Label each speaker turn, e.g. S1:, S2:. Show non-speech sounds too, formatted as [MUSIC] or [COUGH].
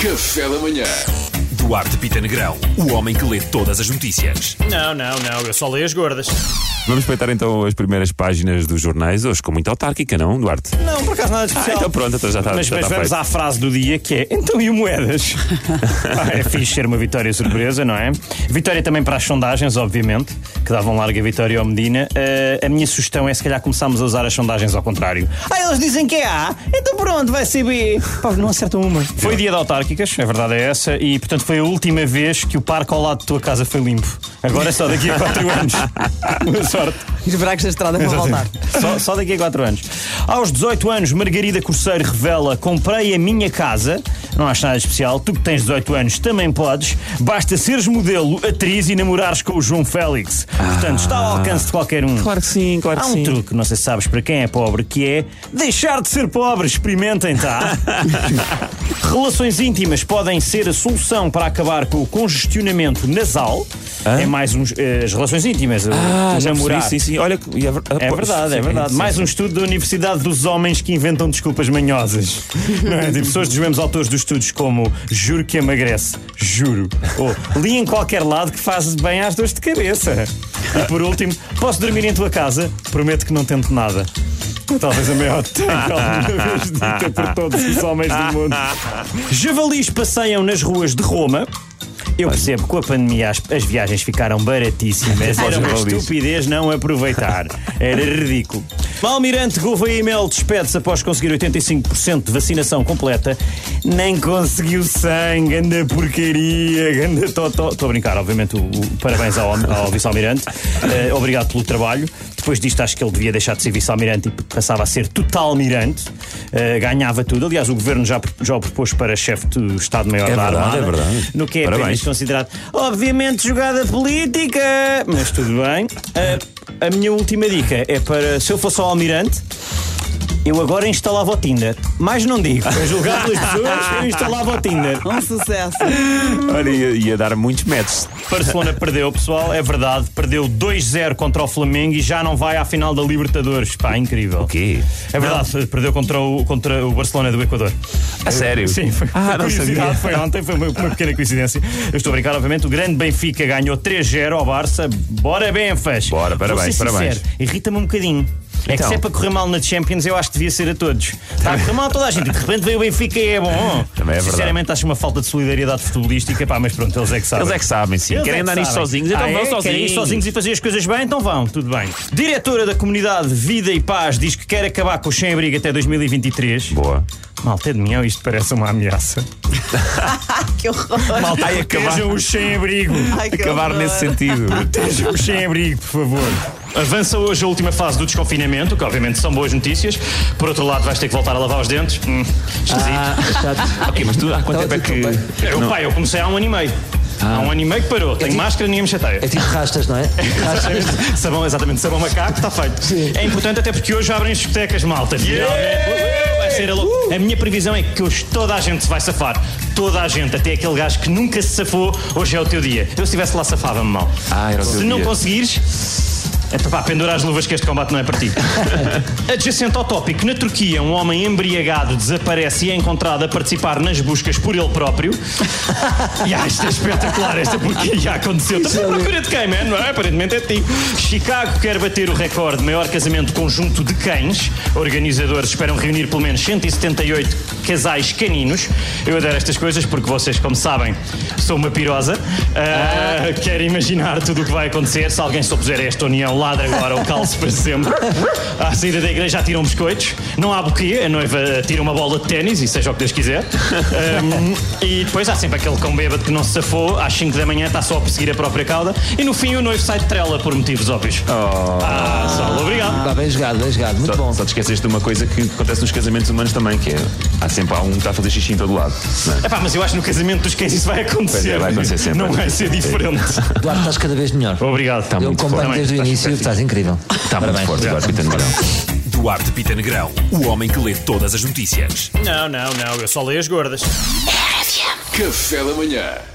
S1: Café da Manhã.
S2: Duarte Pita Negrão, o homem que lê todas as notícias.
S3: Não, não, não, eu só leio as gordas.
S2: Vamos espreitar então as primeiras páginas dos jornais, hoje com muito autárquica, não, Duarte?
S3: Não, por acaso nada de
S2: Ah,
S3: especial.
S2: então pronto, então já está
S3: mas
S2: já
S3: mas
S2: está
S3: vamos
S2: feito.
S3: à frase do dia que é Então e o [LAUGHS] Moedas? Ah, é fixe ser uma vitória surpresa, não é? Vitória também para as sondagens, obviamente, que davam larga vitória ao Medina. Ah, a minha sugestão é se calhar começarmos a usar as sondagens ao contrário. Ah, eles dizem que é A, então pronto, vai ser B. Pá, não acertam uma. Foi dia de autárquicas, a verdade é essa, e portanto foi a última vez que o parque ao lado de tua casa foi limpo. Agora é só daqui a [LAUGHS] 4 anos. Boa sorte.
S4: Os buracos da estrada vão voltar.
S3: Só, só daqui a 4 anos. Aos 18 anos, Margarida Corseiro revela: Comprei a minha casa. Não acho nada especial. Tu que tens 18 anos também podes. Basta seres modelo, atriz e namorares com o João Félix. Portanto, está ao alcance de qualquer um.
S2: Claro que sim, claro que
S3: Há um
S2: sim.
S3: truque, não sei se sabes para quem é pobre, que é deixar de ser pobre. Experimentem,
S2: [LAUGHS]
S3: tá? Relações íntimas podem ser a solução para acabar com o congestionamento nasal. É mais uns. eh, as relações íntimas.
S2: Ah,
S3: o
S2: já
S3: namorar.
S2: percebi, sim, sim. Olha, que- e é, ver- ah,
S3: É
S2: pô,
S3: verdade,
S2: sim,
S3: é verdade.
S2: sim,
S3: Mais
S2: sim.
S3: um estudo da Universidade dos Homens que inventam desculpas manhosas. [LAUGHS] Não é? De pessoas dos mesmos autores dos estudos como Juro que emagrece, juro. Ou li em qualquer lado que faz bem às dores de cabeça. E por último, posso dormir em tua casa? Prometo que não tento nada. Talvez a maior tanga alguma vez dita por todos os homens do [LAUGHS] mundo. Javalis passeiam nas ruas de Roma. Eu percebo que com a pandemia as, as viagens ficaram baratíssimas. [LAUGHS] Era uma
S2: javalis.
S3: estupidez não aproveitar. Era ridículo. Malmirante Gouveia e Mel despede-se após conseguir 85% de vacinação completa. Nem conseguiu sangue, ganda porcaria, ganda totó. Estou a brincar, obviamente, o, o- parabéns ao, ao vice-almirante. Eh, obrigado pelo trabalho. Depois disto, acho que ele devia deixar de ser vice-almirante e passava a ser total-mirante. Eh, ganhava tudo. Aliás, o governo já, já o propôs para chefe do Estado-Maior
S2: É
S3: da
S2: verdade,
S3: Armada.
S2: é verdade.
S3: No que é
S2: Parabéns.
S3: apenas considerado, obviamente, jogada política. Mas tudo bem. A, a minha última dica é para, se eu fosse ao almirante, eu agora instalava o Tinder. Mais não digo. A julgar pelas pessoas, eu instalava o Tinder.
S4: Um sucesso.
S2: Olha, ia, ia dar muitos metros.
S3: Barcelona perdeu, pessoal, é verdade. Perdeu 2-0 contra o Flamengo e já não vai à final da Libertadores. Pá, incrível. O
S2: quê?
S3: É verdade, perdeu contra o, contra o Barcelona do Equador.
S2: A sério?
S3: Sim, foi
S2: Ah,
S3: foi
S2: não sabia.
S3: curiosidade, foi ontem, foi uma, uma pequena coincidência. Eu estou a brincar, obviamente. O grande Benfica ganhou 3-0 ao Barça. Bora, Benfas!
S2: Bora, parabéns,
S3: Vou ser
S2: parabéns.
S3: sincero, Irrita-me um bocadinho. É que
S2: Então.
S3: se é para correr mal na Champions, eu acho que devia ser a todos. Está a correr mal a toda a gente e de repente veio o Benfica e é bom.
S2: Também é verdade.
S3: Sinceramente, acho uma falta de solidariedade futebolística, pá, mas pronto, eles é que sabem.
S2: Eles é que sabem, sim.
S3: Eles
S2: Querem
S3: é que
S2: andar nisto
S3: sabem.
S2: sozinhos, então
S3: Ah,
S2: vão
S3: é?
S2: sozinhos.
S3: Querem ir sozinhos e fazer as coisas bem, então vão, tudo bem. Diretora da comunidade Vida e Paz diz que quer acabar com o sem-abrigo até 2023.
S2: Boa.
S3: Malta de mim, isto parece uma ameaça.
S4: Que horror.
S3: Malta,
S2: Ai, acabar.
S3: protejam os sem-abrigo.
S4: Ai, que
S2: Acabar
S4: horror.
S2: nesse sentido.
S3: Protejam os sem-abrigo, por favor. Avança hoje a última fase do desconfinamento, que obviamente são boas notícias. Por outro lado, vais ter que voltar a lavar os dentes. Hum, esquisito.
S2: ok, mas tu há quanto tempo é que.
S3: eu, pá, eu comecei há um ano e meio. Há um ano e meio que parou. Tenho máscara, ninguém me chateia.
S5: É tipo rastas, não é?
S3: [LAUGHS] sabão, exatamente, sabão macaco, está feito. É importante até porque hoje abrem as discotecas, malta. Finalmente. Vai ser a lou-
S2: Uh!
S3: A minha previsão é que hoje toda a gente se vai safar. Toda a gente, até aquele gajo que nunca se safou, hoje é o teu dia. Eu se estivesse lá, safava-me mal.
S2: Ah, era o
S3: se
S2: teu
S3: não
S2: dia.
S3: conseguires. É pá, pendura as luvas que este combate não
S2: [LAUGHS]
S3: é para ti. Adjacente ao tópico, na Turquia, um homem embriagado desaparece e é encontrado a participar nas buscas por ele próprio. E ah, isto é espetacular, esta porcaria aconteceu. Estamos à procura de quem, man? Não é? Aparentemente é de ti. Chicago quer bater o recorde de maior casamento conjunto de cães. Organizadores esperam reunir pelo menos 178 casais caninos. Eu adoro estas coisas porque vocês, como sabem, sou uma pirosa. Ah, Quero imaginar tudo o que vai acontecer. Se alguém souber esta união, ladra agora ou calce para sempre. À saída da igreja atiram biscoitos. Não há buquê, a noiva tira uma bola de ténis e seja o que Deus quiser. Ahm, e depois há sempre aquele cão bêbado que não se safou, às 5 da manhã está só a perseguir a própria cauda. E no fim o noivo sai de trela por motivos óbvios.
S2: Oh.
S3: Ah, Sol, obrigado.
S5: Pá, bem jogado, bem jogado. Muito
S2: Só,
S5: bom.
S2: só te esqueceste de uma coisa que acontece nos casamentos humanos também, que é há sempre há um que está a fazer xixi em todo lado. não é?
S3: Epá, mas eu acho que no casamento dos cães isso vai acontecer.
S2: Pois é, vai acontecer sempre.
S3: Não vai
S2: [LAUGHS]
S3: ser diferente.
S5: Duarte, estás cada vez melhor.
S3: Obrigado.
S2: Tá
S5: Eu acompanho
S3: Também.
S5: desde o
S2: Estás
S5: início,
S2: espertinho.
S5: estás incrível.
S2: Está muito
S5: Parabéns.
S2: forte, Duarte Pita Negrão.
S6: Duarte Pita Negrão, o homem que lê todas as notícias.
S3: Não, não, não, eu só leio as gordas.
S1: Café da Manhã.